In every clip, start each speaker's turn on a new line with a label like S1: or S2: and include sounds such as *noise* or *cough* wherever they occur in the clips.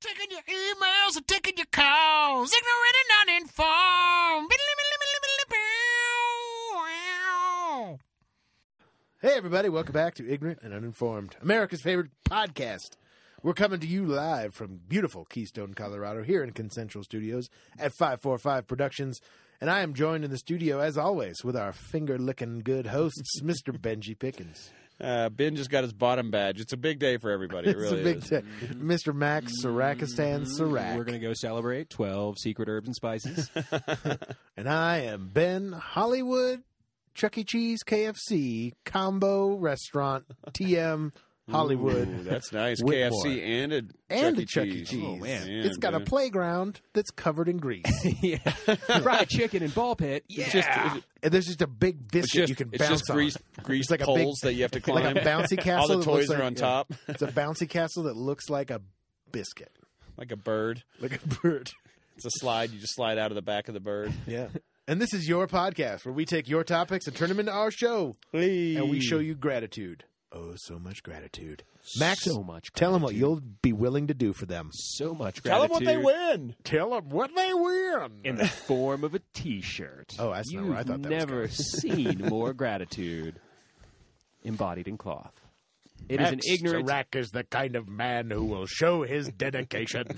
S1: Taking your emails and taking your calls. Ignorant and uninformed.
S2: Hey, everybody, welcome back to Ignorant and Uninformed, America's favorite podcast. We're coming to you live from beautiful Keystone, Colorado, here in Consensual Studios at 545 Productions. And I am joined in the studio, as always, with our finger licking good hosts, *laughs* Mr. Benji Pickens.
S3: Uh, ben just got his bottom badge. It's a big day for everybody. It
S2: *laughs* It's
S3: really
S2: a big
S3: is. Mm-hmm.
S2: day. Mr. Max Sarakistan Sarak.
S4: We're going to go celebrate 12 secret herbs and spices.
S2: And I am Ben Hollywood, Chuck E. Cheese KFC Combo Restaurant TM Hollywood.
S3: Ooh, that's nice.
S2: Whitmore.
S3: KFC and a
S2: and a Chuck
S3: Chuck E.
S2: E. Cheese.
S4: Oh, man.
S2: it's got a
S3: dude.
S2: playground that's covered in
S3: *laughs*
S2: grease.
S4: *laughs* yeah. Fried chicken and ball pit. Yeah.
S3: It's just, it's
S2: and there's just a big
S3: it's
S2: biscuit
S3: just,
S2: you can
S3: it's
S2: bounce
S3: just
S2: on.
S3: grease, grease
S2: It's like a big-
S3: poles that you have to
S2: like a
S3: climb.
S2: bouncy castle.
S3: *laughs* All the
S2: that
S3: toys
S2: looks
S3: are
S2: like-
S3: on
S2: yeah.
S3: top,
S2: It's a bouncy castle that looks like a biscuit,
S3: like a bird.
S2: like a
S3: *laughs*
S2: bird.
S3: It's a slide. You just slide out of the back of the bird.
S2: Yeah. And this is your podcast where we take your topics and turn them into our show, and we show you gratitude. Oh, so much gratitude, Max.
S4: So much
S2: Tell them what
S4: gratitude.
S2: you'll be willing to do for them.
S4: So much
S3: Tell
S4: gratitude.
S3: them what they win.
S2: Tell them what they win.
S4: In the form of a T-shirt.
S2: Oh, that's not
S4: You've
S2: where I thought that was
S4: never seen
S2: *laughs*
S4: more gratitude embodied in cloth. It is an ignorant.
S2: Sirach is the kind of man who will show his dedication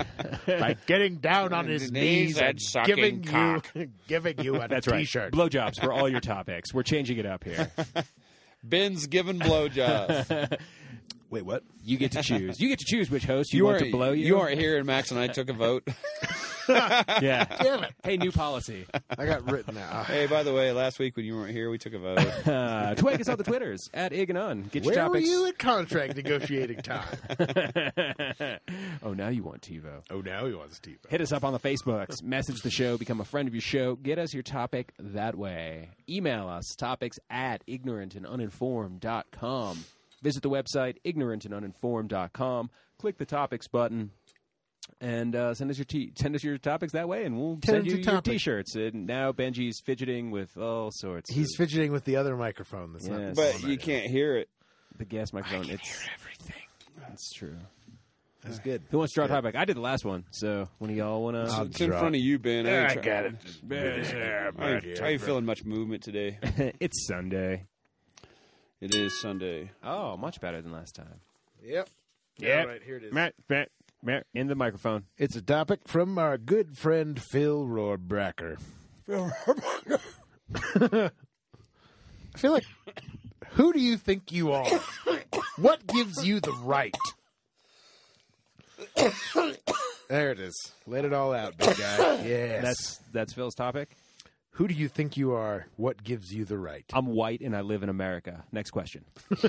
S2: *laughs* by getting down on his knees and giving you, *laughs* giving you a
S4: That's right.
S2: shirt
S4: Blowjobs
S2: *laughs*
S4: for all your topics. We're changing it up here.
S3: Ben's
S2: *laughs*
S3: given blowjobs.
S2: Wait, what? *laughs*
S4: You get to choose. You get to choose which host you, want
S3: aren't-
S4: to blow you.
S3: You aren't here, and Max and I took
S2: *laughs*
S3: a vote.
S4: yeah.
S2: Damn it!
S4: Hey,
S2: *laughs*
S4: new policy.
S2: I got written *laughs* out.
S3: hey, by the way, last week when you weren't here, we took a
S2: *laughs*
S3: vote.
S4: Uh, twig us on the Twitters at Ig and Un. Get your
S2: Where were
S4: topics.
S2: you at contract negotiating time?
S4: *laughs* oh, now you want TiVo.
S2: oh, now he wants to.
S4: Hit us up on the Facebooks. Message the show. Become a friend of your show. Get us your topic that way. Email us topics at ignorantanduninformed.com. Visit the website ignorantanduninformed.com. Click the topics button and uh, send us your t- send us your topics that way, and we'll
S2: Send
S4: send
S2: us
S4: you
S2: your
S4: your
S2: topic.
S4: t-shirts. And now Benji's fidgeting with all sorts.
S2: He's
S4: of
S2: fidgeting with the other microphone. That's not.
S4: Yes.
S3: but you can't hear it.
S4: the gas microphone. it's everything. It's true. Uh,
S2: That's good.
S4: Who wants to draw a topic? I did the last one, so when do y'all want to?
S3: It's in front of you, Ben. I, ain't try-
S4: *laughs*
S3: I ain't-
S2: Yeah,
S3: How you feeling much movement today?
S4: it's Sunday.
S3: It is Sunday.
S4: Oh, much better than last time.
S2: Yep.
S4: Yeah.
S2: All right, here it is.
S4: Matt, Matt, Matt, in the microphone.
S2: It's a topic from our good friend Phil Rohrbracker. *laughs* I feel like, who do you think you are? What gives you the right? There it is. Let it all out, big guy. Yes.
S4: That's that's Phil's topic.
S2: who do you think you are? What gives you the right?
S4: I'm white and I live in America. Next question.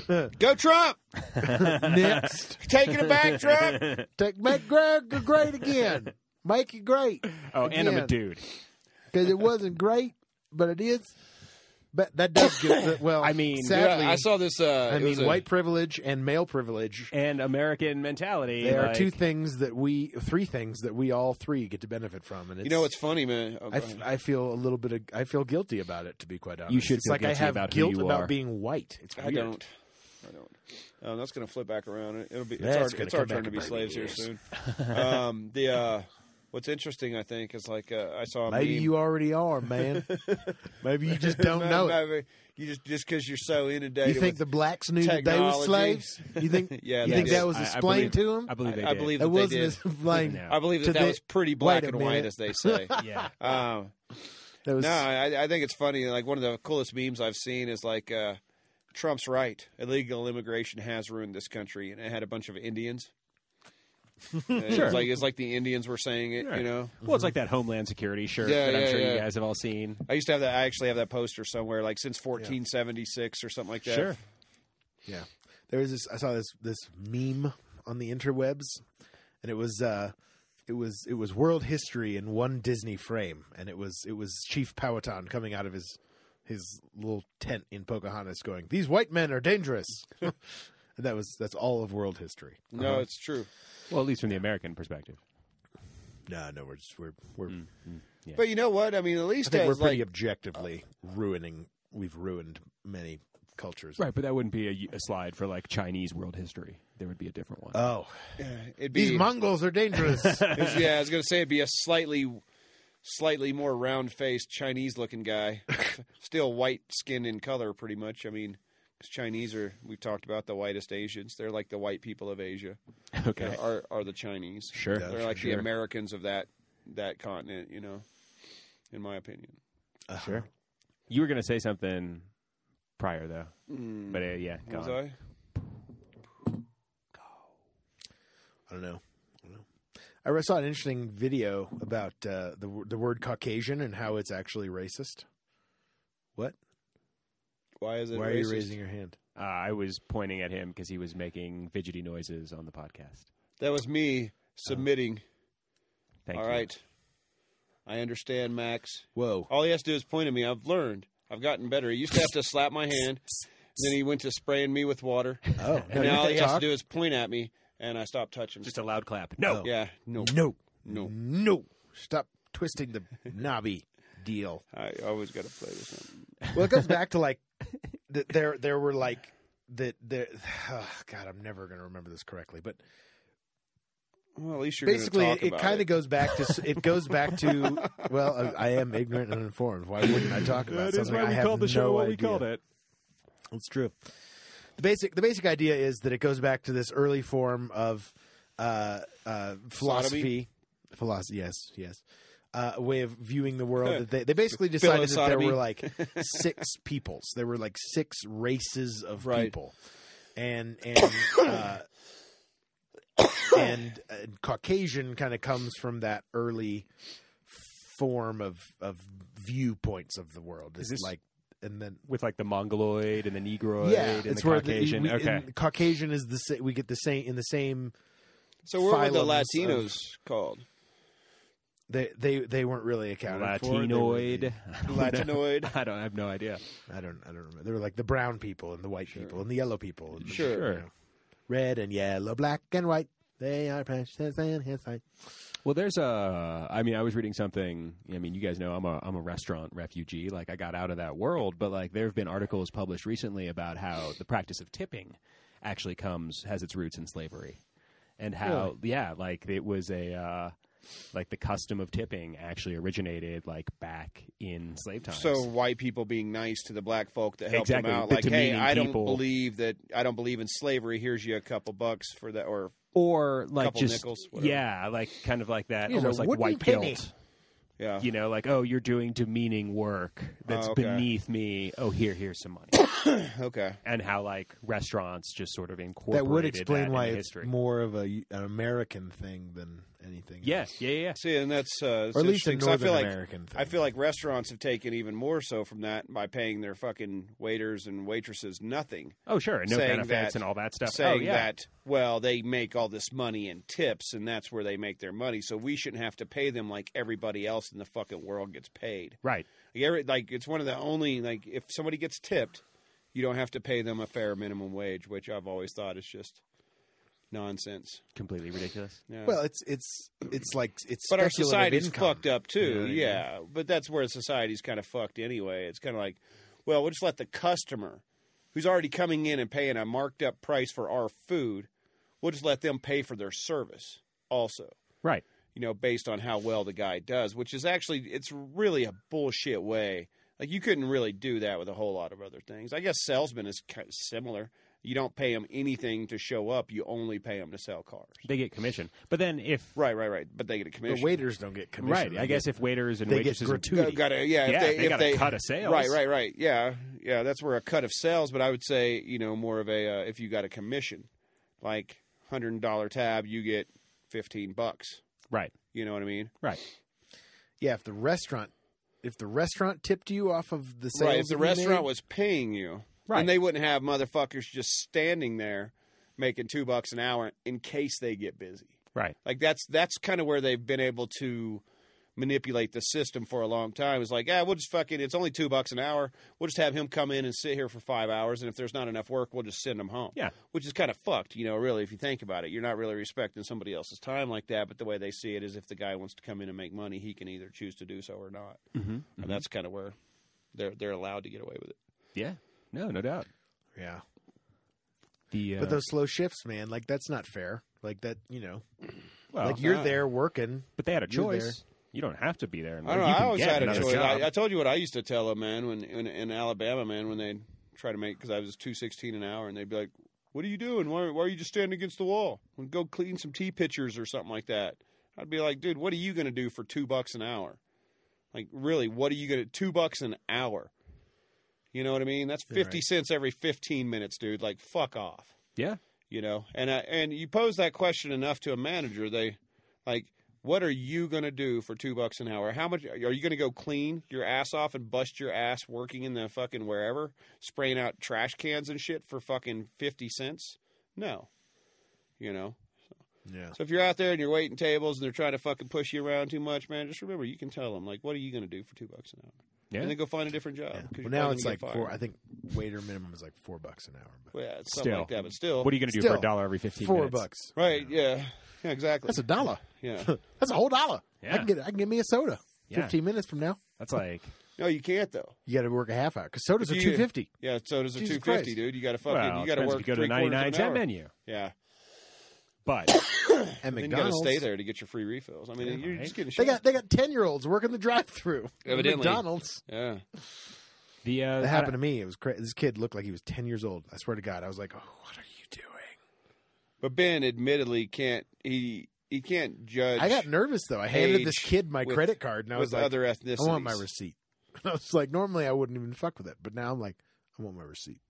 S3: Go Trump!
S2: *laughs* Next,
S3: Taking
S2: *laughs*
S3: it back, Trump!
S2: take make Greg great again. Make it great.
S4: Oh, and I'm
S2: Again.
S4: a dude.
S2: because it wasn't great, but it is. But that does get well.
S4: I mean,
S2: sadly,
S3: I saw this. Uh,
S2: I
S3: it was
S2: mean,
S3: a-
S2: white privilege and male privilege.
S4: And American mentality.
S2: There are
S4: like-
S2: two things that we, three things that we all three get to benefit from, and it's,
S3: You know what's funny, man? Oh,
S2: I, f- I feel a little bit. Of, I feel guilty about it, to be quite honest.
S4: You should
S2: It's
S4: feel
S2: like I
S4: guilty
S2: have
S4: about who
S2: guilt
S4: you
S2: about
S4: are.
S2: being white. It's
S3: I
S2: weird.
S3: don't. I don't. Um, that's going to flip back around. It- It'll be. It's
S2: That's
S3: our,
S2: gonna
S3: it's our
S2: come back
S3: turn to be
S2: and bite
S3: slaves
S2: me,
S3: here
S2: *laughs*
S3: soon. um, the uh, what's interesting, I think, is like uh, I saw. A
S2: Maybe
S3: meme.
S2: you already are,
S3: *laughs*
S2: man. Maybe you just don't know it.
S3: Maybe you just just because you're so
S2: You
S3: inundated.
S2: think the
S3: with,
S2: blacks knew that they were
S3: technology.
S2: slaves? You think?
S3: *laughs* Yeah,
S2: you
S3: they
S2: think
S3: did.
S2: that was
S4: I- I
S2: explained
S4: believe-
S2: to them?
S4: I believe they
S3: I
S4: did.
S3: believe
S2: It
S3: that they
S2: wasn't
S3: did.
S2: *laughs* explained.
S4: No.
S3: I believe
S2: to
S3: that that
S2: the-
S3: was pretty
S2: Wait
S3: black
S2: a
S3: and white,
S2: minute.
S3: as they
S2: *laughs*
S3: say.
S4: *laughs* Yeah.
S3: um,
S2: That was-
S3: No, I, I think it's funny. Like one of the coolest memes I've seen is like uh, Trump's right. Illegal immigration has ruined this country, and it had a bunch
S2: *laughs*
S3: of Indians. It's like it's like the Indians were saying it. You know,
S4: Well, it's like that Homeland Security shirt
S3: Yeah,
S4: that I'm
S3: yeah,
S4: sure
S3: yeah.
S4: you guys have all seen.
S3: I used to have that. I actually have that poster somewhere, like since 1476 or something like that.
S4: Sure.
S2: Yeah, there was this. I saw this this meme on the interwebs, and it was uh, it was it was world history in one Disney frame, and it was it was Chief Powhatan coming out of his his little tent in Pocahontas, going, "These white men are dangerous." and that was that's all of world history.
S3: No, it's true.
S4: Well, at least from the American perspective.
S2: No, no, we're just we're we're
S3: But you know what? I mean, at
S2: I
S3: least
S2: think we're
S3: as
S2: pretty
S3: like
S2: objectively ruining. We've ruined many cultures.
S4: Right, but that wouldn't be a, y- a slide for like Chinese world history. There would be a different one.
S2: Oh,
S3: uh, It'd be
S2: these Mongols are
S4: *laughs*
S2: dangerous.
S3: it's- yeah, I was gonna say it'd be a slightly, slightly more round-faced Chinese-looking guy, *laughs* still white skin in color, pretty much. I mean, 'cause Chinese are we've talked about the whitest Asians. They're like the white people of Asia.
S4: okay,
S2: *laughs*
S3: Are are the Chinese?
S4: sure.
S2: Yeah.
S3: They're like
S4: Sure.
S3: the Americans of that that continent. You know, in my opinion.
S4: Sure. You were gonna say something prior though,
S3: Mm,
S4: but uh, yeah, go
S3: was
S4: on.
S3: I?
S2: I don't know. I don't know. I re- saw an interesting video about uh, the w- the word Caucasian and how it's actually racist. What?
S3: Why is it?
S2: Why are
S3: racist?
S2: you raising your hand?
S4: Uh, I was pointing at him because he was making fidgety noises on the podcast.
S3: That was me submitting.
S4: Thank
S3: All
S4: you.
S3: right. I understand, Max. *laughs*
S2: Whoa!
S3: All he has to do is point at me. I've learned. I've gotten better. He used to have to slap my hand. Then he went to spraying me with
S4: *laughs*
S3: water.
S2: Oh,
S3: And now all he has to do is point at me, and I stopped touching.
S4: Just a loud clap.
S2: Oh,
S4: No.
S3: yeah, no.
S2: No,
S3: No.
S2: no! Stop twisting the knobby deal.
S3: I always got to play with him.
S2: Well, it goes back to like th- there there were like that there. *sighs* God, I'm never going to remember this correctly, but
S3: Well, at least you're
S2: basically
S3: Gonna talk
S2: it
S3: about
S2: kind of goes back to s- it goes back
S3: *laughs*
S2: to well I, I am ignorant and uninformed why wouldn't i talk about something I have no idea.
S4: it.
S2: it's true the basic the basic idea is that it goes back to this early form of uh, uh, philosophy philosophy yes yes uh, a way of viewing the world that they, they basically decided that there
S3: Philosodomy.
S2: were
S4: *laughs*
S2: like six peoples there were like six races of
S3: Right.
S2: people and and uh, *coughs* and uh, Caucasian kind of comes from that early form of of viewpoints of the world. It's
S4: Is this-
S2: like and then
S4: With like the Mongoloid and the Negroid
S2: yeah,
S4: and
S2: it's
S4: the
S2: where
S4: Caucasian.
S2: The, we,
S4: okay.
S2: and Caucasian is the sa- we get the same in the same.
S3: So what were the
S2: phylums of-
S3: Latinos
S4: *laughs*
S3: called?
S2: They they they weren't really accounted for. They were
S4: Latinoid. *laughs*
S2: the-
S4: I don't know.
S3: Latinoid.
S4: I don't I have no idea.
S2: I don't I don't remember. They were like the brown people and the white people and the yellow people. And the,
S3: Sure.
S2: you know, red and yellow, black and white. They are precious and inside.
S4: Well, there's a. I mean, I was reading something. I mean, you guys know I'm a I'm a restaurant refugee. Like, I got out of that world, but like, there have been articles published recently about how the practice of tipping actually comes has its roots in slavery, and how yeah, like it was a. Uh, like the custom of tipping actually originated like back in slave times.
S3: *laughs* So white people being nice to the black folk that helped
S4: Exactly,
S3: them out,
S4: the
S3: like, hey,
S4: demeaning
S3: I don't
S4: people.
S3: believe that. I don't believe in slavery. Here's you a couple bucks for that, or
S4: or like
S3: couple
S4: just
S3: nickels, whatever.
S4: yeah, like kind of like that,
S2: Here's a
S4: almost like
S2: wooden
S4: white
S2: penny.
S4: guilt.
S3: yeah,
S4: You know, like oh, you're doing demeaning work that's
S3: Oh, okay.
S4: beneath me. Oh, here, here's some money.
S3: okay.
S4: and how like restaurants just sort of incorporated
S2: That would explain
S4: that
S2: why
S4: in
S2: it's
S4: history.
S2: more of a an American thing than anything.
S4: yeah,
S2: else.
S4: yeah, yeah, yeah.
S3: See, and that's uh, it's
S2: or at least a
S3: interesting, 'cause I
S2: Northern
S3: feel like
S2: American thing.
S3: I feel like restaurants have taken even more so from that by paying their fucking waiters and waitresses nothing,
S4: Oh, sure, no
S3: Saying
S4: benefits
S3: that-
S4: and all that stuff.
S3: saying
S4: oh, yeah.
S3: that well they make all this money in tips and that's where they make their money, so we shouldn't have to pay them like everybody else in the fucking world gets paid.
S4: right.
S3: Like, every, like it's one of the only like if somebody gets tipped, you don't have to pay them a fair minimum wage, which I've always thought is just nonsense.
S4: Completely ridiculous.
S3: Yeah.
S2: Well, it's it's it's like it's
S3: but our
S2: speculative
S3: society's
S2: income.
S3: fucked up too.
S2: You know what I mean?
S3: yeah, but that's where society's kind of fucked anyway. It's kind of like, well, we'll just let the customer, who's already coming in and paying a marked up price for our food, we'll just let them pay for their service also.
S4: Right.
S3: You know, based on how well the guy does, which is actually it's really a bullshit way. Like you couldn't really do that with a whole lot of other things. I guess salesman is kind of similar. You don't pay them anything to show up. You only pay them to sell cars.
S4: They get commission, but then if
S3: Right, right, right. But they get a commission.
S2: The waiters don't get commission.
S4: right, I
S2: They
S4: guess
S2: get-
S4: if waiters and
S2: they get
S4: waitresses and
S2: gratuity.
S3: Go- gotta- yeah, if
S4: Yeah,
S3: they,
S4: they
S3: if
S4: gotta
S3: they
S4: cut a sales.
S3: Right, right, right. Yeah, yeah. That's where a cut of sales, but I would say you know more of a uh, if you got a commission, like hundred dollar tab, you get fifteen bucks.
S4: right,
S3: You know what I mean?
S4: right,
S2: yeah, if the restaurant if the restaurant tipped you off of the sales,
S3: right. If the
S2: that you
S3: restaurant
S2: made-
S3: was paying you,
S4: Right.
S3: then they wouldn't have motherfuckers just standing there making two bucks an hour in case they get busy.
S4: right.
S3: Like that's that's kind of where they've been able to manipulate the system for a long time. It's like, yeah, we'll just fucking it's only two bucks an hour. We'll just have him come in and sit here for five hours, and if there's not enough work, we'll just send him home.
S4: Yeah.
S3: which is kind of fucked, you know. Really, if you think about it, you're not really respecting somebody else's time like that. But the way they see it is, if the guy wants to come in and make money, he can either choose to do so or not,
S4: Mm-hmm.
S3: and that's kind of where they're they're allowed to get away with it.
S4: Yeah. No, no doubt.
S2: Yeah.
S4: The uh,
S2: But those slow shifts, man, like that's not fair. Like that, you know,
S4: well,
S2: like you're
S3: no.
S2: there working.
S4: but they had a
S2: you're there.
S4: choice. You don't have to be there.
S3: I don't know.
S4: You
S3: I
S4: can
S3: always
S4: get
S3: had a
S4: another
S3: choice.
S4: job.
S3: I, I told you what I used to tell them, man, when in, in Alabama, man, when they try to make because I was two sixteen an hour, and they'd be like, "What are you doing? Why, why are you just standing against the wall? Well, go clean some tea pitchers or something like that." I'd be like, "Dude, what are you going to do for two bucks an hour? Like, really, what are you going to two bucks an hour? You know what I mean? That's
S2: Yeah, right.
S3: fifty cents every fifteen minutes, dude. Like, fuck off."
S4: yeah,
S3: you know and I, and you pose that question enough to a manager they like what are you going to do for 2 bucks an hour how much are you going to go clean your ass off and bust your ass working in the fucking wherever spraying out trash cans and shit for fucking 50 cents no you know
S2: Yeah.
S3: so if you're out there and you're waiting tables and they're trying to fucking push you around too much man just remember you can tell them like what are you going to do for 2 bucks an hour
S4: yeah.
S3: and then go find a different job
S2: yeah.
S3: 'cause
S2: Well,
S3: you're
S2: now
S3: probably
S2: it's
S3: gonna
S2: like
S3: get
S2: four.
S3: fired.
S2: I think waiter minimum is like four bucks an hour. But
S3: well, yeah, it's something
S4: Still.
S3: like that but still
S4: what are you going to do for
S2: Still,
S4: a dollar every fifteen?
S2: four
S4: minutes?
S2: bucks.
S3: right yeah yeah exactly
S2: That's a dollar. *laughs*
S3: yeah
S2: That's a whole dollar. I
S4: Yeah.
S2: can get I can get me a soda.
S4: Yeah.
S2: Fifteen minutes from now,
S4: That's like
S3: no you can't though
S2: you got to work a half hour because sodas
S3: If
S2: are
S3: you-
S2: two fifty.
S3: Yeah, so does a
S2: Jesus
S3: two fifty,
S2: Christ.
S3: dude. You got to fucking,
S4: well,
S3: you got to
S4: depends
S3: work
S4: if you go to
S3: three
S4: the ninety
S3: quarters of
S4: nine
S3: an
S4: cent
S3: hour.
S4: menu,
S3: Yeah,
S4: but
S2: And
S3: then you got to
S2: McDonald's,
S3: stay there to get your free refills. I mean,
S4: Yeah,
S3: you're
S4: right.
S3: just getting
S2: they
S3: shit.
S2: got they got ten year olds working the drive through.
S3: Evidently.
S2: McDonald's.
S3: yeah,
S4: the uh,
S2: That happened to me. It was crazy. This kid looked like he was ten years old. I swear to God, I was like, oh, "What are you doing?"
S3: but Ben admittedly can't. He he can't judge.
S2: I got nervous though. I handed this
S3: Age
S2: kid my
S3: with-
S2: credit card, and I was
S3: with
S2: like,
S3: other ethnicities.
S2: "I want my receipt." *laughs* I was like, "Normally, I wouldn't even fuck with it, but now I'm like, I want my receipt."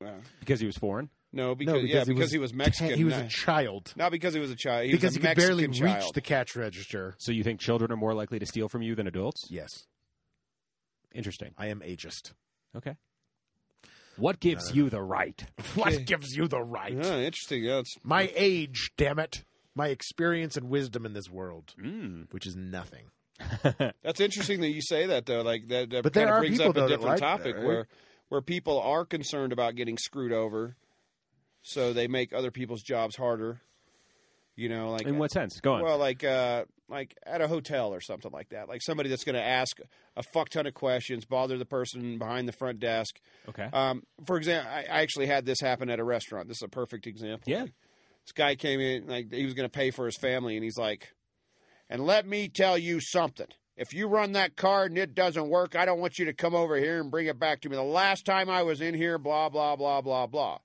S3: Wow.
S4: because he was foreign.
S3: No, because,
S2: because
S3: yeah,
S2: he
S3: because
S2: was
S3: he was Mexican.
S2: Ten- he was a
S3: not,
S2: child
S3: not because he was a child. He
S2: because
S3: was a
S2: he could
S3: Mexican
S2: barely
S3: child.
S2: reach the cash register.
S4: So you think children are more likely to steal from you than adults?
S2: Yes,
S4: Interesting.
S2: I am ageist. *laughs*
S4: Okay. What gives you the right?
S2: What gives you the right?
S3: Yeah, interesting. Yeah, it's,
S2: My age, damn it. My experience and wisdom in this world,
S4: Mm.
S2: which is nothing.
S3: That's interesting that you say that though. Like that, that
S2: But
S3: kind
S2: there
S3: of
S2: are
S3: brings
S2: people,
S3: up a
S2: though, that
S3: different
S2: like that,
S3: topic
S2: right?
S3: where where people are concerned about getting screwed over, so they make other people's jobs harder. You know, like
S4: In what sense? Go on.
S3: well, like uh, like at a hotel or something like that. Like somebody that's going to ask a fuck ton of questions, bother the person behind the front desk.
S4: okay.
S2: uh,
S3: Um, for example, I, I actually had this happen at a restaurant. This is a perfect example.
S4: Yeah.
S3: Like, this guy came in like he was going to pay for his family, and he's like, "And let me tell you something." If you run that card and it doesn't work, I don't want you to come over here and bring it back to me. The last time I was in here, blah blah blah blah blah.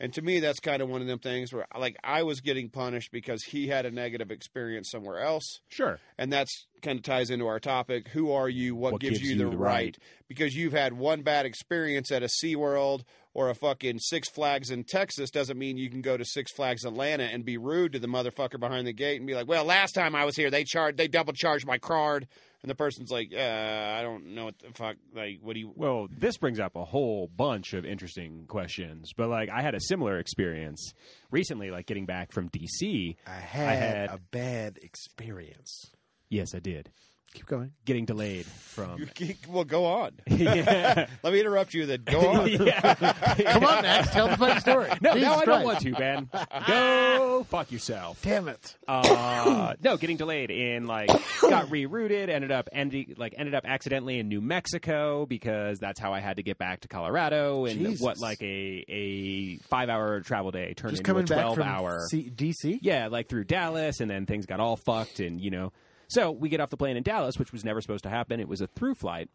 S3: And to me, that's kind of one of them things where like I was getting punished because he had a negative experience somewhere else
S4: sure.
S3: and that's kind of ties into our topic who are you what, gives, you, the, right?
S4: right?
S3: because you've had one bad experience at a SeaWorld or a fucking Six Flags in Texas doesn't mean you can go to Six Flags Atlanta and be rude to the motherfucker behind the gate and be like, "Well, last time I was here, they charged they double charged my card." And the person's like, "Uh, I don't know what the fuck like what do you *laughs*
S4: Well, this brings up a whole bunch of interesting questions. But like, I had a similar experience recently, like getting back from DC.
S2: I had,
S4: had-
S2: a bad experience.
S4: Yes, I did.
S2: Keep going.
S4: Getting delayed from.
S3: well go on."
S4: *laughs* yeah.
S3: Let me interrupt you then. Go on.
S2: *laughs*
S3: *laughs*
S2: Come on, Max. Tell the funny story.
S4: No,
S2: Jesus
S4: no, I
S2: Christ.
S4: don't want
S2: *laughs*
S4: to, Ben. Go fuck yourself.
S2: Damn it.
S4: uh, no, getting delayed in like got rerouted, ended up ending like ended up accidentally in New Mexico because that's how I had to get back to Colorado and
S2: Jesus.
S4: what like a a five hour travel day turned
S2: Just
S4: into a
S2: coming back
S4: twelve
S2: from
S4: hour
S2: C- DC?
S4: yeah, like through Dallas, and then things got all fucked, and you know. So we get off the plane in Dallas, which was never supposed to happen. It was a through flight,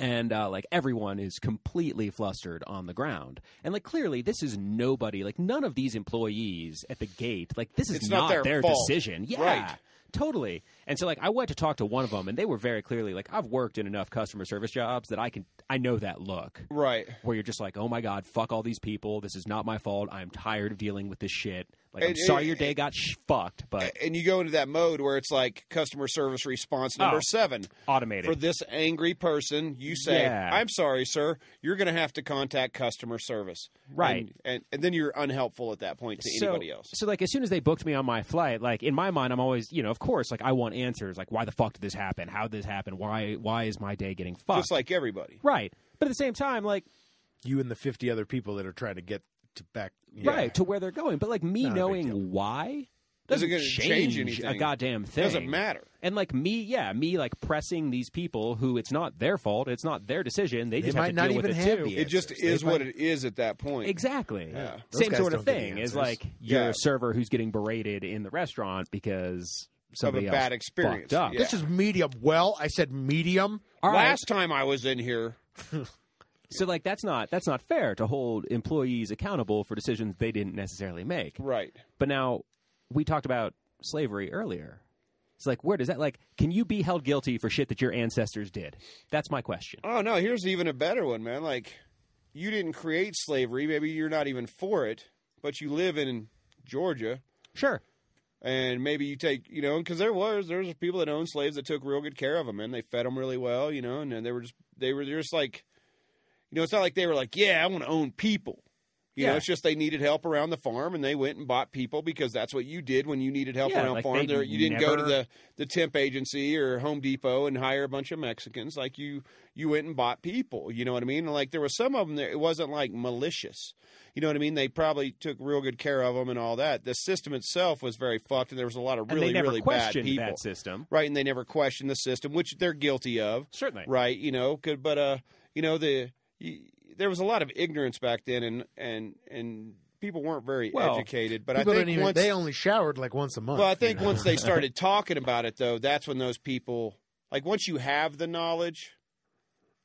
S4: and uh, like everyone is completely flustered on the ground, and like clearly this is nobody, like none of these employees at the gate, like this is
S3: It's not their fault.
S4: decision. Yeah.
S3: Right.
S4: Totally. And so like I went to talk to one of them and they were very clearly like I've worked in enough customer service jobs that I can I know that look
S3: Right.
S4: where you're just like, oh my god, fuck all these people. This is not my fault. I'm tired of dealing with this shit. Like, I'm
S3: And- eh,
S4: sorry
S3: and-
S4: your day got sh- fucked, but
S3: And you go into that mode where it's like customer service response number
S4: Oh.
S3: 7.
S4: automated.
S3: for this angry person, you say,
S4: Yeah.
S3: "I'm sorry, sir. You're going to have to contact customer service."
S4: Right.
S3: and, and, and then you're unhelpful at that point to
S4: so,
S3: anybody else.
S4: So like as soon as they booked me on my flight, like in my mind I'm always, you know, of course, like I want answers, like why the fuck did this happen? How did this happen? Why why is my day getting fucked?
S3: Just like everybody,
S4: right. But at the same time, like
S2: You and the 50 other people that are trying to get to back. you know.
S4: right to where they're going. But like me
S2: Not a big
S4: knowing
S2: deal.
S4: why
S3: Doesn't
S4: doesn't
S3: gonna change anything.
S4: a goddamn thing.
S3: Doesn't matter.
S4: And like me, yeah, me like pressing these people who it's not their fault, it's not their decision. They,
S2: They
S4: just
S2: might
S4: have to
S2: not
S4: deal
S2: even
S4: with it
S2: have
S4: too.
S2: the
S3: It just
S2: answers. They
S3: is what
S2: might-
S3: it is at that point.
S4: Exactly.
S3: Yeah.
S2: Those
S4: Same
S2: guys
S4: sort of
S2: don't get the
S4: thing is
S2: answers.
S4: like your
S3: Yeah.
S4: server who's getting berated in the restaurant because somebody
S3: bad
S4: else
S3: experience.
S4: fucked up.
S3: Yeah.
S2: This is medium. Well, I said medium.
S4: All right.
S3: Last time I was in here,
S4: So like that's not that's not fair to hold employees accountable for decisions they didn't necessarily make.
S3: right?
S4: But now we talked about slavery earlier. It's like where does that like can you be held guilty for shit that your ancestors did? That's my question.
S3: Oh no, here's even a better one, man. Like you didn't create slavery, maybe you're not even for it, but you live in Georgia
S4: Sure.
S3: and maybe you take, you know, cuz there was there was people that owned slaves that took real good care of them and they fed them really well, you know, and then they were just they were just like you know, it's not like they were like, "Yeah, I want to own people." You know,
S4: Yeah.
S3: it's just they needed help around the farm and they went and bought people because that's what you did when you needed help
S4: Yeah,
S3: around
S4: like
S3: farm.
S4: they
S3: There, you didn't go to
S4: never-
S3: the, the temp agency or Home Depot and hire a bunch of Mexicans. Like you you went and bought people, you know what I mean? And like there were some of them that it wasn't like malicious. You know what I mean? They probably took real good care of them and all that. The system itself was very fucked and there was a lot of
S4: and
S3: really
S4: they never
S3: really bad
S4: questioned
S3: people.
S4: that system.
S3: Right, and they never questioned the system, which they're guilty of
S4: Certainly.
S3: right you know could but uh you know the y there was a lot of ignorance back then and and and people weren't very
S4: Well,
S3: educated but i
S2: People
S3: think
S2: didn't even-
S3: once
S2: they only showered like once a month.
S3: well i
S2: you
S3: think
S2: know? *laughs*
S3: once they started talking about it though that's when those people like once you have the knowledge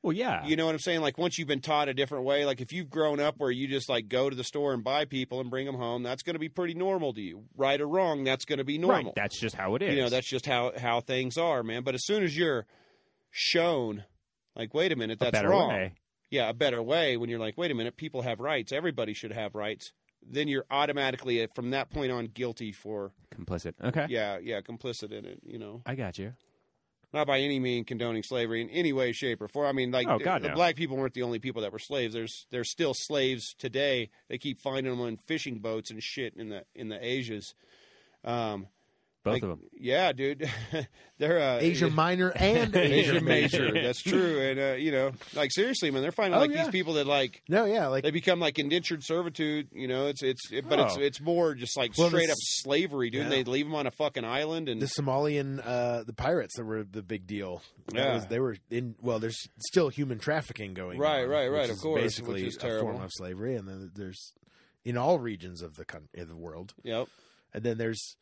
S4: Well, yeah.
S3: you know what i'm saying like once you've been taught a different way like if you've grown up where you just like go to the store and buy people and bring them home that's going to be pretty normal to you right or wrong that's going to be normal
S4: Right. That's just how it is.
S3: you know, that's just how how things are, man. But as soon as you're shown, like, wait a minute,
S4: a
S3: that's
S4: better
S3: wrong.
S4: way.
S3: Yeah, a better way. When you're like, wait a minute, people have rights. Everybody should have rights. Then you're automatically, uh, from that point on, guilty for
S4: Complicit. Okay.
S3: yeah, yeah, complicit in it. You know,
S4: I got you.
S3: not by any mean condoning slavery in any way, shape, or form. I mean, like,
S4: Oh,
S3: the-
S4: God,
S3: the
S4: no.
S3: black people weren't the only people that were slaves. There's there's still slaves today. They keep finding them on fishing boats and shit in the in the Asias. Um,
S4: Both
S3: like,
S4: of them.
S3: Yeah, dude. *laughs* They're uh,
S2: Asia
S3: *laughs*
S2: Minor and Asia
S4: *laughs*
S3: Asian
S2: Major.
S3: major. That's true. And uh, you know, like seriously, man, they're finding
S4: Oh,
S3: like
S4: yeah.
S3: these people that like
S2: No, yeah, like
S3: they become like indentured servitude. You know, it's it's it, but it's
S4: Oh.
S3: it's more just like
S2: Well,
S3: straight
S2: this-
S3: up slavery, dude.
S2: yeah.
S3: They leave them on a fucking island and
S2: the Somalian, uh, the pirates that were the big deal. That
S3: Yeah.
S2: was- they were in. Well, there's still human trafficking going.
S3: Right,
S2: on,
S3: right, right,
S2: which
S3: of
S2: is
S3: course,
S2: basically
S3: which is
S2: a
S3: terrible.
S2: form of slavery, and then there's in all regions of the coun- of the world,
S3: yep,
S2: and then there's.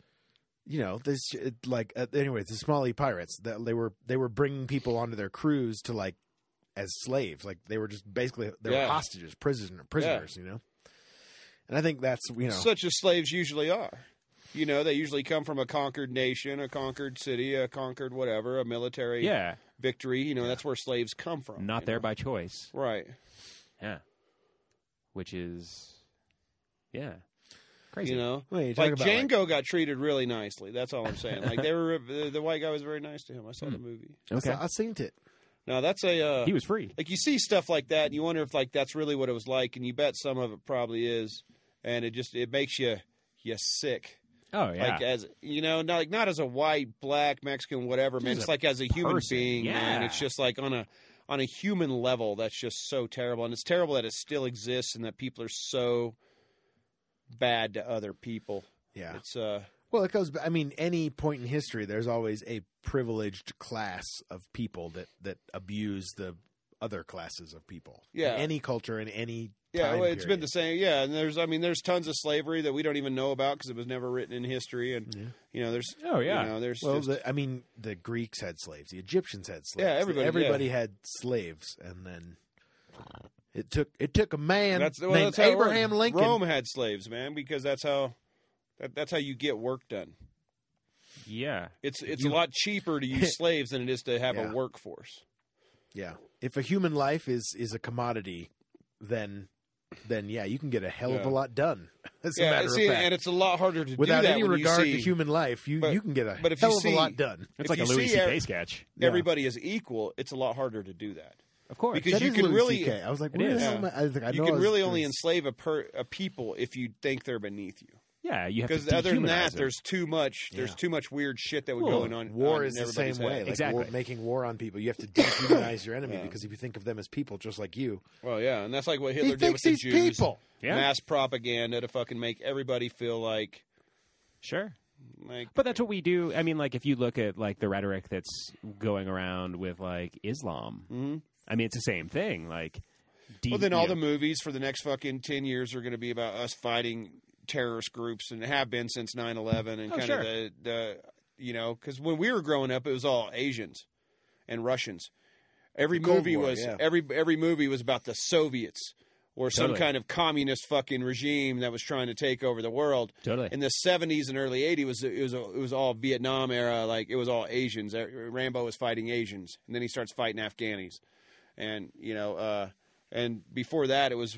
S2: You know, there's it, like uh, anyway, the Somali pirates that they were they were bringing people onto their crews to like as slaves, like they were just basically they
S3: Yeah.
S2: were hostages, prisoner, prisoners, you know. And I think that's you know
S3: such as slaves usually are. You know, they usually come from a conquered nation, a conquered city, a conquered whatever, a military
S4: Yeah.
S3: victory. You know, that's where slaves come from.
S4: Not
S3: you
S4: there
S3: know?
S4: by choice.
S3: right.
S4: Yeah. Which is, yeah, crazy.
S3: You know,
S2: Well, you talk
S3: like
S2: about,
S3: Django got treated really nicely. That's all I'm saying. Like they were, the, the white guy was very nice to him. I saw the movie.
S4: okay.
S2: I seen it.
S3: Now that's a uh,
S4: Hmm. he was free.
S3: like you see stuff like that, and you wonder if like that's really what it was like, and you bet some of it probably is, and it just it makes you you sick.
S4: Oh yeah.
S3: Like as you know, not like not as a white, black, Mexican, whatever man.
S4: Just
S3: It's
S4: a
S3: like as a human
S4: person.
S3: being, man.
S4: Yeah.
S3: It's just like on a on a human level, that's just so terrible, and it's terrible that it still exists, and that people are so bad to other people.
S2: Yeah.
S3: It's uh.
S2: Well, it goes. I mean, any point in history, there's always a privileged class of people that that abuse the other classes of people. In
S3: Yeah.
S2: any culture in any.
S3: Yeah,
S2: time
S3: well, it's been
S2: period.
S3: the same. Yeah, and there's, I mean, there's tons of slavery that we don't even know about because it was never written in history, and
S2: Yeah.
S3: you know, there's,
S4: oh yeah.
S3: you know, there's,
S2: Well,
S3: just-
S2: the, I mean, the Greeks had slaves. The Egyptians had slaves.
S3: Yeah, everybody-
S2: Everybody had slaves, and then it took it took a man
S3: that's well,
S2: named
S3: that's how it
S2: Abraham
S3: worked.
S2: Lincoln.
S3: Rome had slaves, man, because that's how that, that's how you get work done.
S4: yeah.
S3: It's it's
S2: You-
S3: a lot cheaper
S2: *laughs*
S3: to use slaves than it is to have
S2: Yeah.
S3: a workforce.
S2: Yeah, if a human life is is a commodity, then then yeah, you can get a hell of
S3: Yeah.
S2: a lot done. *laughs* As a
S3: yeah,
S2: matter
S3: see,
S2: of fact.
S3: and it's a lot harder to
S2: without
S3: do that
S2: any
S3: when you
S2: regard
S3: see
S2: to human life, you,
S3: But-
S2: you can get a
S3: but if you
S2: hell of
S3: see-
S2: a lot done.
S3: if
S4: That's like a
S3: you
S4: Louis
S3: see
S4: C.K.
S3: ev-
S4: sketch.
S2: Yeah.
S3: everybody is equal. It's a lot harder to do that.
S4: Of course.
S3: Because
S2: That
S3: you
S2: is
S3: can
S2: Louis
S3: really-
S2: CK. I was like,
S4: It
S2: where
S4: is.
S2: the hell am I? I was like, I
S3: you
S2: know
S3: can
S2: I was-
S3: really
S2: it
S3: only
S2: was-
S3: enslave a per, a people if you think they're beneath you.
S4: yeah, you have to
S3: Because other than
S4: dehumanize
S3: that,
S4: them.
S3: there's too much. There's
S2: Yeah.
S3: too much weird shit that would
S4: Well,
S3: go in on
S2: war
S3: on
S2: is the same
S3: everybody's
S2: way.
S3: head.
S2: Like war,
S4: Exactly.
S2: making war on people, you have to dehumanize your enemy
S3: Yeah.
S2: because if you think of them as people, just like you,
S3: well, yeah, and that's like what
S2: he
S3: Hitler did
S2: thinks
S3: with the
S2: he's
S3: Jews.
S2: people.
S4: yeah,
S3: Mass propaganda to fucking make everybody feel like
S4: sure.
S3: Like,
S4: But that's what we do. I mean, like if you look at like the rhetoric that's going around with like Islam,
S3: Mhm.
S4: I mean, it's the same thing. Like, de-
S3: well, then all
S4: you know,
S3: the movies for the next fucking ten years are going to be about us fighting terrorist groups and have been since 9-11 and
S4: Oh,
S3: kind
S4: sure.
S3: of the, the you know because when we were growing up it was all Asians and Russians. Every
S2: The Cold
S3: movie
S2: War,
S3: was
S2: yeah.
S3: every every movie was about the Soviets or some
S4: Totally.
S3: kind of communist fucking regime that was trying to take over the world.
S4: totally.
S3: in the seventies and early eighties was it was it was all Vietnam era, like it was all Asians. Er, Rambo was fighting Asians, and then he starts fighting Afghanis, and you know, uh, and before that it was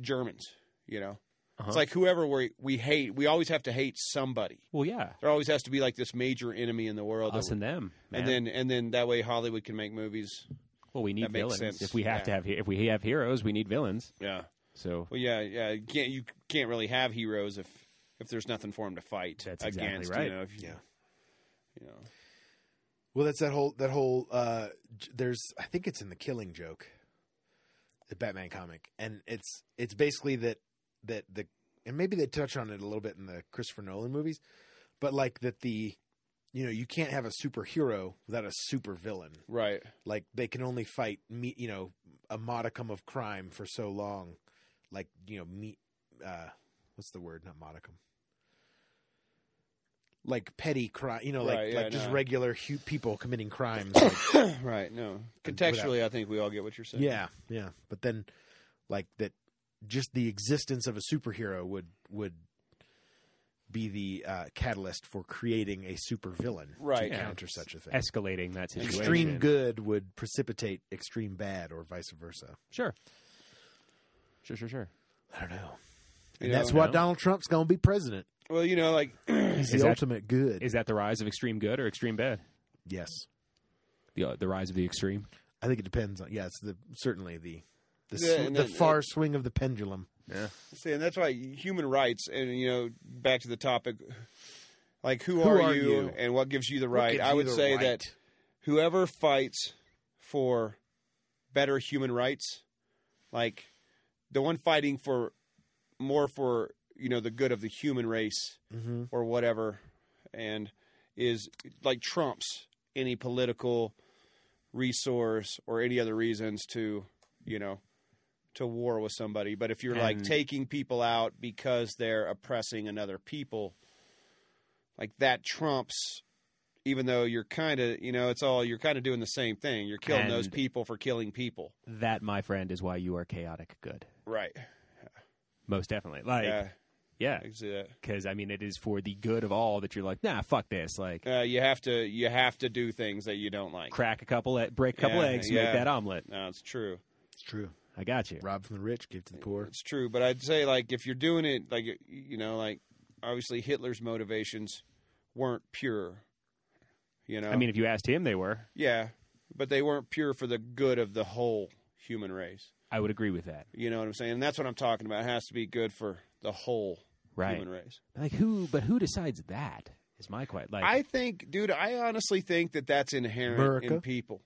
S3: Germans. You know,
S4: Uh-huh.
S3: it's like whoever we we hate, we always have to hate somebody.
S4: well, yeah,
S3: There always has to be like this major enemy in the world, that
S4: us
S3: we-
S4: and them.
S3: and
S4: man.
S3: then and then that way Hollywood can make movies.
S4: well, we need
S3: that makes
S4: villains.
S3: sense.
S4: If we have
S3: Yeah.
S4: to have he- if we have heroes, we need villains.
S3: Yeah.
S4: So
S3: Well, yeah, yeah. You can't you can't really have heroes if if there's nothing for them to fight
S4: That's exactly
S3: against.
S4: right.
S3: You know, if you,
S2: Yeah.
S3: You know.
S2: Well, that's that whole that whole. Uh, j- there's I think it's in the Killing Joke, the Batman comic, and it's it's basically that that the and maybe they touch on it a little bit in the Christopher Nolan movies, but like that the you know you can't have a superhero without a supervillain.
S3: Right.
S2: Like they can only fight me you know a modicum of crime for so long, like you know me uh, what's the word not modicum. Like petty crime, you know, like
S3: Right, yeah,
S2: like just
S3: no.
S2: regular hu- people committing crimes.
S3: *coughs*
S2: Like,
S3: *coughs* right. No.
S2: And
S3: Contextually, I think we all get what you're saying.
S2: Yeah, yeah. But then, like that, just the existence of a superhero would would be the uh, catalyst for creating a supervillain to
S3: Right.
S4: Yeah.
S2: counter such a thing.
S4: escalating that situation.
S2: extreme good would precipitate extreme bad, or vice versa.
S4: Sure. Sure, sure, sure.
S2: I don't know.
S3: You
S2: And
S3: know?
S2: that's why
S4: No.
S2: Donald Trump's going to be president.
S3: Well, you know, like *coughs*
S2: He's
S4: Is
S2: the
S4: that-
S2: ultimate good.
S4: Is that the rise of extreme good or extreme bad?
S2: yes,
S4: The the rise of the extreme.
S2: I think it depends on. Yeah, it's the certainly the the,
S3: Yeah,
S2: sw-
S3: and
S2: the
S3: then-
S2: far swing of the pendulum.
S3: see, and that's why human rights, and you know, back to the topic, like who,
S2: Who
S3: are,
S2: are
S3: you,
S2: you?
S3: and what gives you the
S2: What
S3: right?
S2: gives
S3: I
S2: you
S3: would
S2: the
S3: say
S2: right?
S3: that whoever fights for better human rights, like the one fighting for more for you know the good of the human race,
S2: Mhm.
S3: or whatever, and is like trumps any political resource or any other reasons to, you know, to war with somebody. But if you're like
S4: And-
S3: taking people out because they're oppressing another people, like that trumps. Even though you're kind of, you know, it's all you're kind of doing the same thing. You're killing those
S4: And-
S3: people for killing people,
S4: That, my friend, is why you are chaotic good.
S3: right?
S4: Most definitely. Like,
S3: yeah,
S4: yeah.
S3: I can see that.
S4: Because, I mean, it is for the good of all that you're like, nah, fuck this. Like,
S3: Uh, you have to, you have to do things that you don't like.
S4: crack a couple, e- break a couple
S3: Yeah,
S4: eggs,
S3: yeah.
S4: make that omelet.
S3: No, it's true.
S2: It's true.
S4: I got you.
S2: Rob from the rich, give to the poor.
S3: It's true, but I'd say like if you're doing it like you know like obviously Hitler's motivations weren't pure. You know.
S4: I mean, if you asked him, they were.
S3: yeah, but they weren't pure for the good of the whole human race.
S4: I would agree with that.
S3: You know what I'm saying? And that's what I'm talking about. It has to be good for the whole
S4: Right.
S3: human race.
S4: Like, who, but who decides that is my question. Like,
S3: I think dude, I honestly think that that's inherent
S2: America?
S3: in people.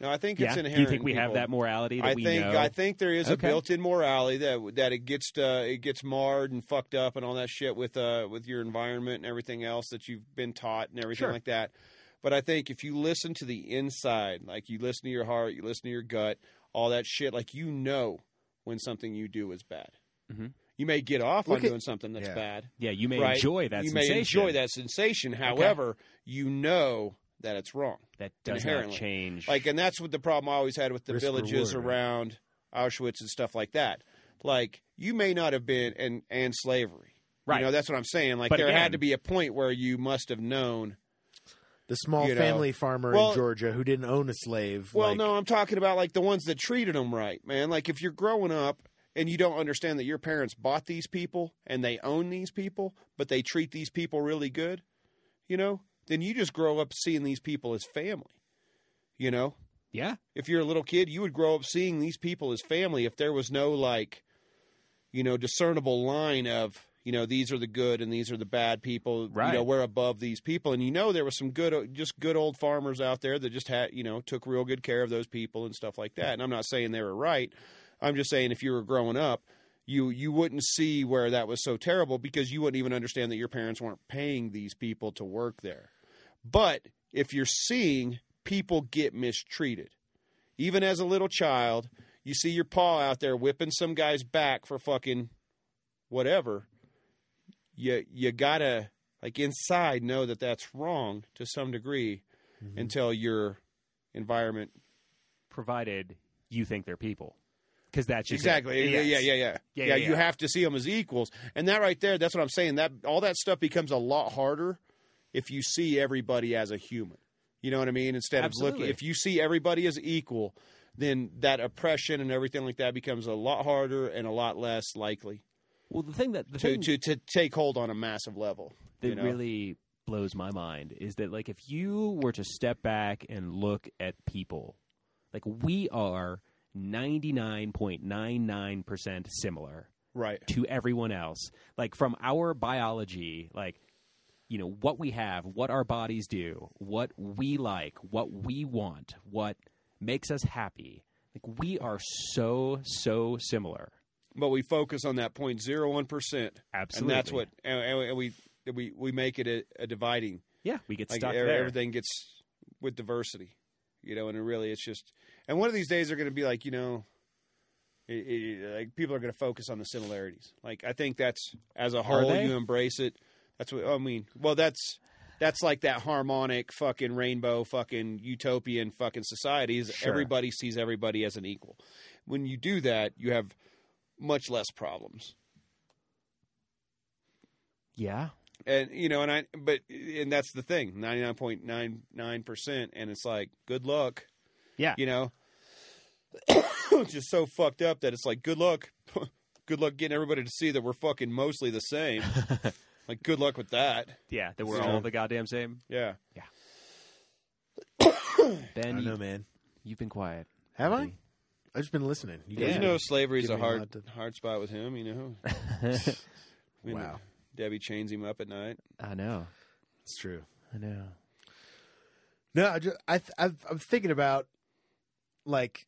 S3: No, I think
S4: yeah,
S3: it's inherent.
S4: do you think
S3: in
S4: we have
S3: people.
S4: that morality that
S3: I
S4: we
S3: think
S4: know?
S3: I think there is
S4: Okay.
S3: a built-in morality that that it gets uh, it gets marred and fucked up and all that shit with uh with your environment and everything else that you've been taught and everything
S4: Sure.
S3: like that. But I think if you listen to the inside, like you listen to your heart, you listen to your gut, all that shit, like you know when something you do is bad.
S4: Mhm.
S3: You may get off
S2: Look
S3: on
S2: at-
S3: doing something that's
S2: Yeah.
S3: bad.
S4: yeah, you may
S3: right?
S4: enjoy that
S3: you
S4: sensation.
S3: may enjoy that sensation. However, you know that it's wrong.
S4: That does
S3: inherently.
S4: not change.
S3: Like, and that's what the problem I always had with the
S2: Risk
S3: villages
S2: reward, right?
S3: around Auschwitz and stuff like that. Like, you may not have been and and slavery.
S4: Right.
S3: You know, that's what I'm saying. Like,
S4: But
S3: there
S4: again-
S3: had to be a point where you must have known.
S2: the small
S3: you know.
S2: family farmer
S3: Well-
S2: in Georgia who didn't own a slave.
S3: Well,
S2: like,
S3: no, I'm talking about like the ones that treated them right, man. Like, if you're growing up and you don't understand that your parents bought these people and they own these people, but they treat these people really good, you know, then you just grow up seeing these people as family, you know?
S4: yeah,
S3: if you're a little kid, you would grow up seeing these people as family if there was no like, you know, discernible line of, you know, these are the good and these are the bad people.
S4: Right.
S3: You know, we're above these people. And you know there was some good uh, just good old farmers out there that just had, you know, took real good care of those people and stuff like that. And I'm not saying they were right. I'm just saying if you were growing up, you you wouldn't see where that was so terrible because you wouldn't even understand that your parents weren't paying these people to work there. But if you're seeing people get mistreated, even as a little child, you see your paw out there whipping some guy's back for fucking whatever. You you gotta like inside know that that's wrong to some degree until your environment
S4: provided you think they're people, because that's just it.
S3: exactly yeah,
S4: Yes.
S3: yeah yeah yeah
S4: Yeah,
S3: yeah
S4: yeah,
S3: you
S4: yeah.
S3: have to see them as equals and that right there that's what i'm saying that all that stuff becomes a lot harder if you see everybody as a human you know what i mean instead of
S4: Absolutely.
S3: looking if you see everybody as equal then that oppression and everything like that becomes a lot harder and a lot less likely
S4: Well, the thing that the
S3: to
S4: thing
S3: to, to take hold on a massive level
S4: that
S3: you know?
S4: really blows my mind is that like if you were to step back and look at people, like we are ninety nine point nine nine percent similar
S3: right
S4: to everyone else. Like from our biology, like you know what we have, what our bodies do, what we like, what we want, what makes us happy. Like we are so so similar.
S3: but we focus on that 0.01% and
S4: Absolutely.
S3: that's what and, and we we we make it a, a dividing
S4: Yeah, we get
S3: like
S4: stuck
S3: e-
S4: there.
S3: everything gets with diversity you know and it really it's just and one of these days they're going to be like you know i i like people are going to focus on the similarities like i think that's as a whole
S4: they?
S3: you embrace it that's what i mean well that's that's like that harmonic fucking rainbow fucking utopian fucking society is
S4: Sure.
S3: everybody sees everybody as an equal when you do that you have much less problems
S4: Yeah.
S3: and you know, and I, but and that's the thing, ninety nine point nine nine percent, and it's like, good luck,
S4: Yeah.
S3: you know, *coughs* it's just so fucked up that it's like, good luck, *laughs* good luck getting everybody to see that we're fucking mostly
S2: *laughs*
S3: the same. like, good luck with that.
S4: Yeah, that we're
S3: So-
S4: all the goddamn same.
S3: Yeah,
S2: I
S4: Ben,
S2: don't know,
S4: you,
S2: man.
S4: you've been quiet.
S2: Have I?
S4: buddy.
S2: I've just been listening. You
S3: Well,
S2: guys
S3: you
S4: Yeah.
S3: know, slavery's
S2: Give
S3: a
S2: me
S3: hard
S2: a lot to-
S3: hard spot with him. You know, I mean,
S2: Wow.
S3: Debbie chains him up at night.
S4: *laughs* I know.
S2: it's true.
S4: I know.
S2: No, I just I th- I've, I'm thinking about like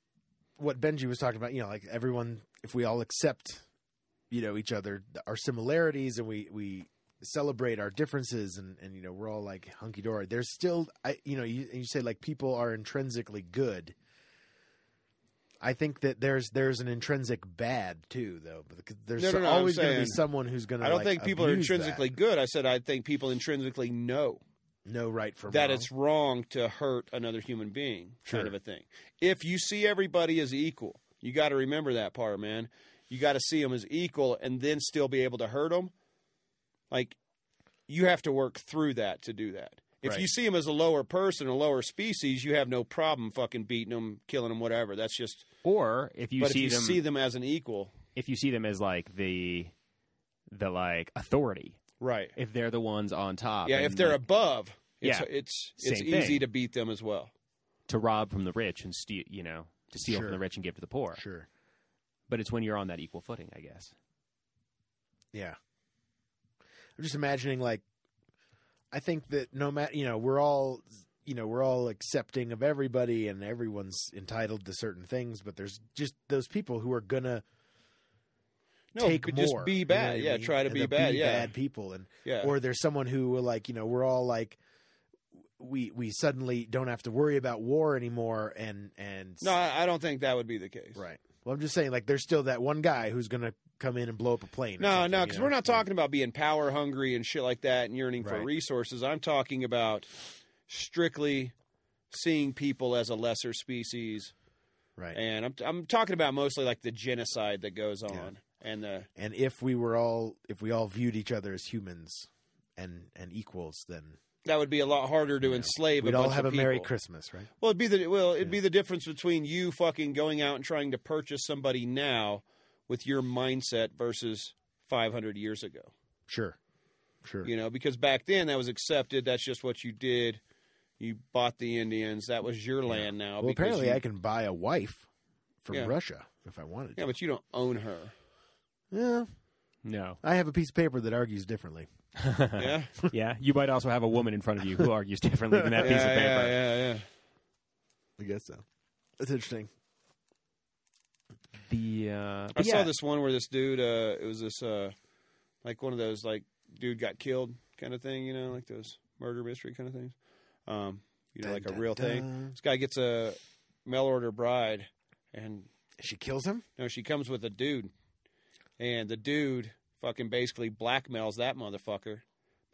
S2: what Benji was talking about. You know, like everyone, if we all accept, you know, each other, th- our similarities, and we we celebrate our differences, and and you know, we're all like hunky dory. There's still, I you know, you you say like people are intrinsically good. I think that there's there's an intrinsic bad too, though. Because there's
S3: No, no, no, I'm
S2: always going to be
S3: saying-
S2: someone who's going to.
S3: I don't think people are intrinsically good. I said I think people intrinsically know.
S2: no right from
S3: that
S2: wrong.
S3: it's wrong to hurt another human being,
S2: Sure.
S3: kind of a thing. If you see everybody as equal, you got to remember that part, man. You got to see them as equal, and then still be able to hurt them. Like you have to work through that to do that. If
S2: Right.
S3: you see them as a lower person, a lower species, you have no problem fucking beating them, killing them, whatever. That's just.
S4: Or if you
S3: but
S4: see
S3: if you
S4: them,
S3: see them as an equal,
S4: if you see them as like the the like authority,
S3: right?
S4: if they're the ones on top,
S3: Yeah,
S4: and,
S3: if they're
S4: like,
S3: above, it's
S4: Yeah.
S3: it's it's
S4: Same
S3: easy
S4: thing.
S3: to beat them as well.
S4: to rob from the rich and steal, you know, to steal
S2: Sure.
S4: from the rich and give to the poor.
S2: sure,
S4: But it's when you're on that equal footing, I guess.
S2: Yeah. I'm just imagining like I think that no matter you know, we're all you know, we're all accepting of everybody and everyone's entitled to certain things, but there's just those people who are gonna
S3: No,
S2: take
S3: but
S2: more.
S3: just be
S2: you know what
S3: bad.
S2: I
S3: yeah,
S2: mean?
S3: try to
S2: And
S3: be
S2: they'll
S3: bad. yeah,
S2: Bad people and
S3: yeah.
S2: or there's someone who will like, you know, we're all like we we suddenly don't have to worry about war anymore and and
S3: No, I I don't think that would be the case.
S2: right. Well, I'm just saying like there's still that one guy who's gonna come in and blow up a plane. or
S3: No,
S2: something,
S3: no,
S2: you
S3: because
S2: know?
S3: we're not talking about being power hungry and shit like that and yearning for
S2: Right.
S3: resources. I'm talking about strictly seeing people as a lesser species,
S2: right.
S3: and I'm I'm talking about mostly like the genocide that goes on and the
S2: and if we were all if we all viewed each other as humans and and equals then
S3: that would be a lot harder to enslave.
S2: we'd
S3: a
S2: all
S3: bunch
S2: have a
S3: of
S2: merry
S3: people.
S2: christmas right
S3: Well, it'd be the well, it'd be the difference between you fucking going out and trying to purchase somebody now with your mindset versus 500 years ago.
S2: sure sure
S3: you know because back then that was accepted that's just what you did you bought the indians that was your land now
S2: well
S3: because
S2: apparently
S3: you-
S2: i can buy a wife from
S3: Yeah.
S2: russia if i wanted
S3: yeah
S2: to
S3: but you don't own her
S2: *laughs* yeah
S4: *laughs* No.
S2: i have a piece of paper that argues differently
S3: yeah
S4: yeah. You might also have a woman in front of you who argues differently than that piece of
S3: *laughs* yeah,
S4: paper.
S3: yeah yeah yeah
S2: i guess so that's interesting
S4: the uh,
S3: I
S4: but yeah,
S3: saw this one where this dude, uh, it was this, uh, like one of those, like dude got killed kind of thing, you know, like those murder mystery kind of things. Um, you know, like a real thing. This guy gets a mail order bride, and
S2: She kills him.
S3: no, she comes with a dude, and the dude fucking basically blackmails that motherfucker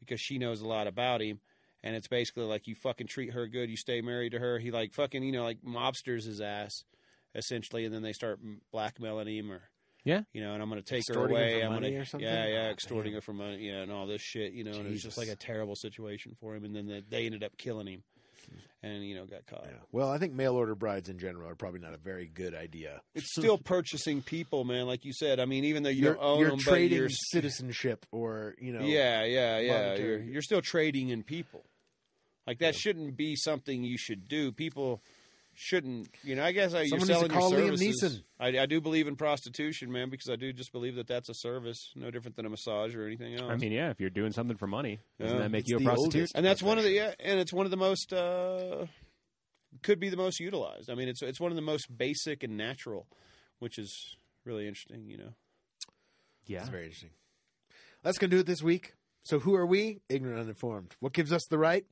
S3: because she knows a lot about him. And it's basically like you fucking treat her good, you stay married to her. He like fucking you know like mobsters his ass, essentially, and then they start m- blackmailing him or
S4: Yeah.
S3: you know, and I'm gonna take her
S2: Extorting her
S3: away.
S2: for
S3: I'm
S2: money
S3: gonna
S2: or something?
S3: yeah, yeah,
S2: Ah,
S3: extorting
S2: damn.
S3: her for money, yeah, and all this shit, you know. And it was just like
S2: Jesus.
S3: a terrible situation for him. And then they- they ended up killing him, and you know got caught.
S2: Yeah. Well, I think mail order brides in general are probably not a very good idea.
S3: It's still purchasing people, man. Like you said, I mean, even though you
S2: are
S3: don't own
S2: you're
S3: them,
S2: trading
S3: but you're
S2: citizenship, or you know,
S3: yeah, yeah, yeah.
S2: monetary-
S3: You're, you're still trading in people. Like that shouldn't be something you should do. People shouldn't, you know. I guess I, you're
S2: Someone needs to
S3: selling your
S2: call Liam Neeson.
S3: services. I, I do believe in prostitution, man, because I do just believe that that's a service, no different than a massage or anything else.
S4: I mean, yeah, if you're doing something for money, doesn't
S3: Yeah.
S4: that make
S2: It's
S4: you a
S2: the
S4: prostitute?
S2: oldest.
S3: and that's one of the yeah, and it's one of the most uh, could be the most utilized. I mean, it's it's one of the most basic and natural, which is really interesting. You know,
S4: Yeah,
S2: It's very interesting. That's gonna do it this week. So who are we? Ignorant, uninformed. What gives us the right?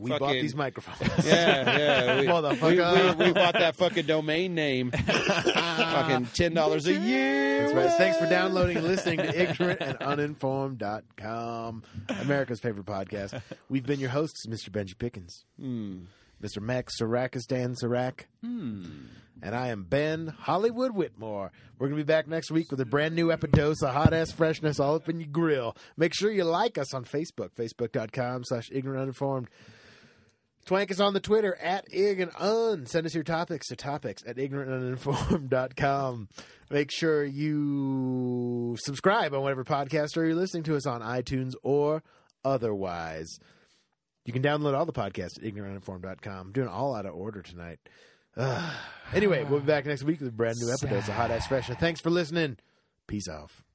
S2: We bought
S3: Fucking-
S2: these microphones.
S3: *laughs* yeah, yeah. We,
S2: Motherfucker.
S3: we, we bought that fucking domain name, fucking ten dollars a year.
S2: *laughs* That's right. Thanks for downloading and listening to ignorant and uninformed.com, America's favorite podcast. We've been your hosts, Mr. Benji Pickens,
S3: Hmm.
S2: Mr. Max Sarakis, Dan Sarak, and I am Ben Hollywood Whitmore. We're going to be back next week with a brand new epidose of hot ass freshness all up in your grill. Make sure you like us on Facebook, facebook.com slash ignorant uninformed. Twank us on the Twitter at ig and un. Send us your topics to topics at ignorantuninformed.com. Make sure you subscribe on whatever podcaster you're listening to us on, iTunes or otherwise. You can download all the podcasts at ignorantuninformed.com. I'm doing all out of order tonight. Ugh. Anyway, we'll be back next week with a brand new episode of Hot Ass Fresher. Thanks for listening. Peace off.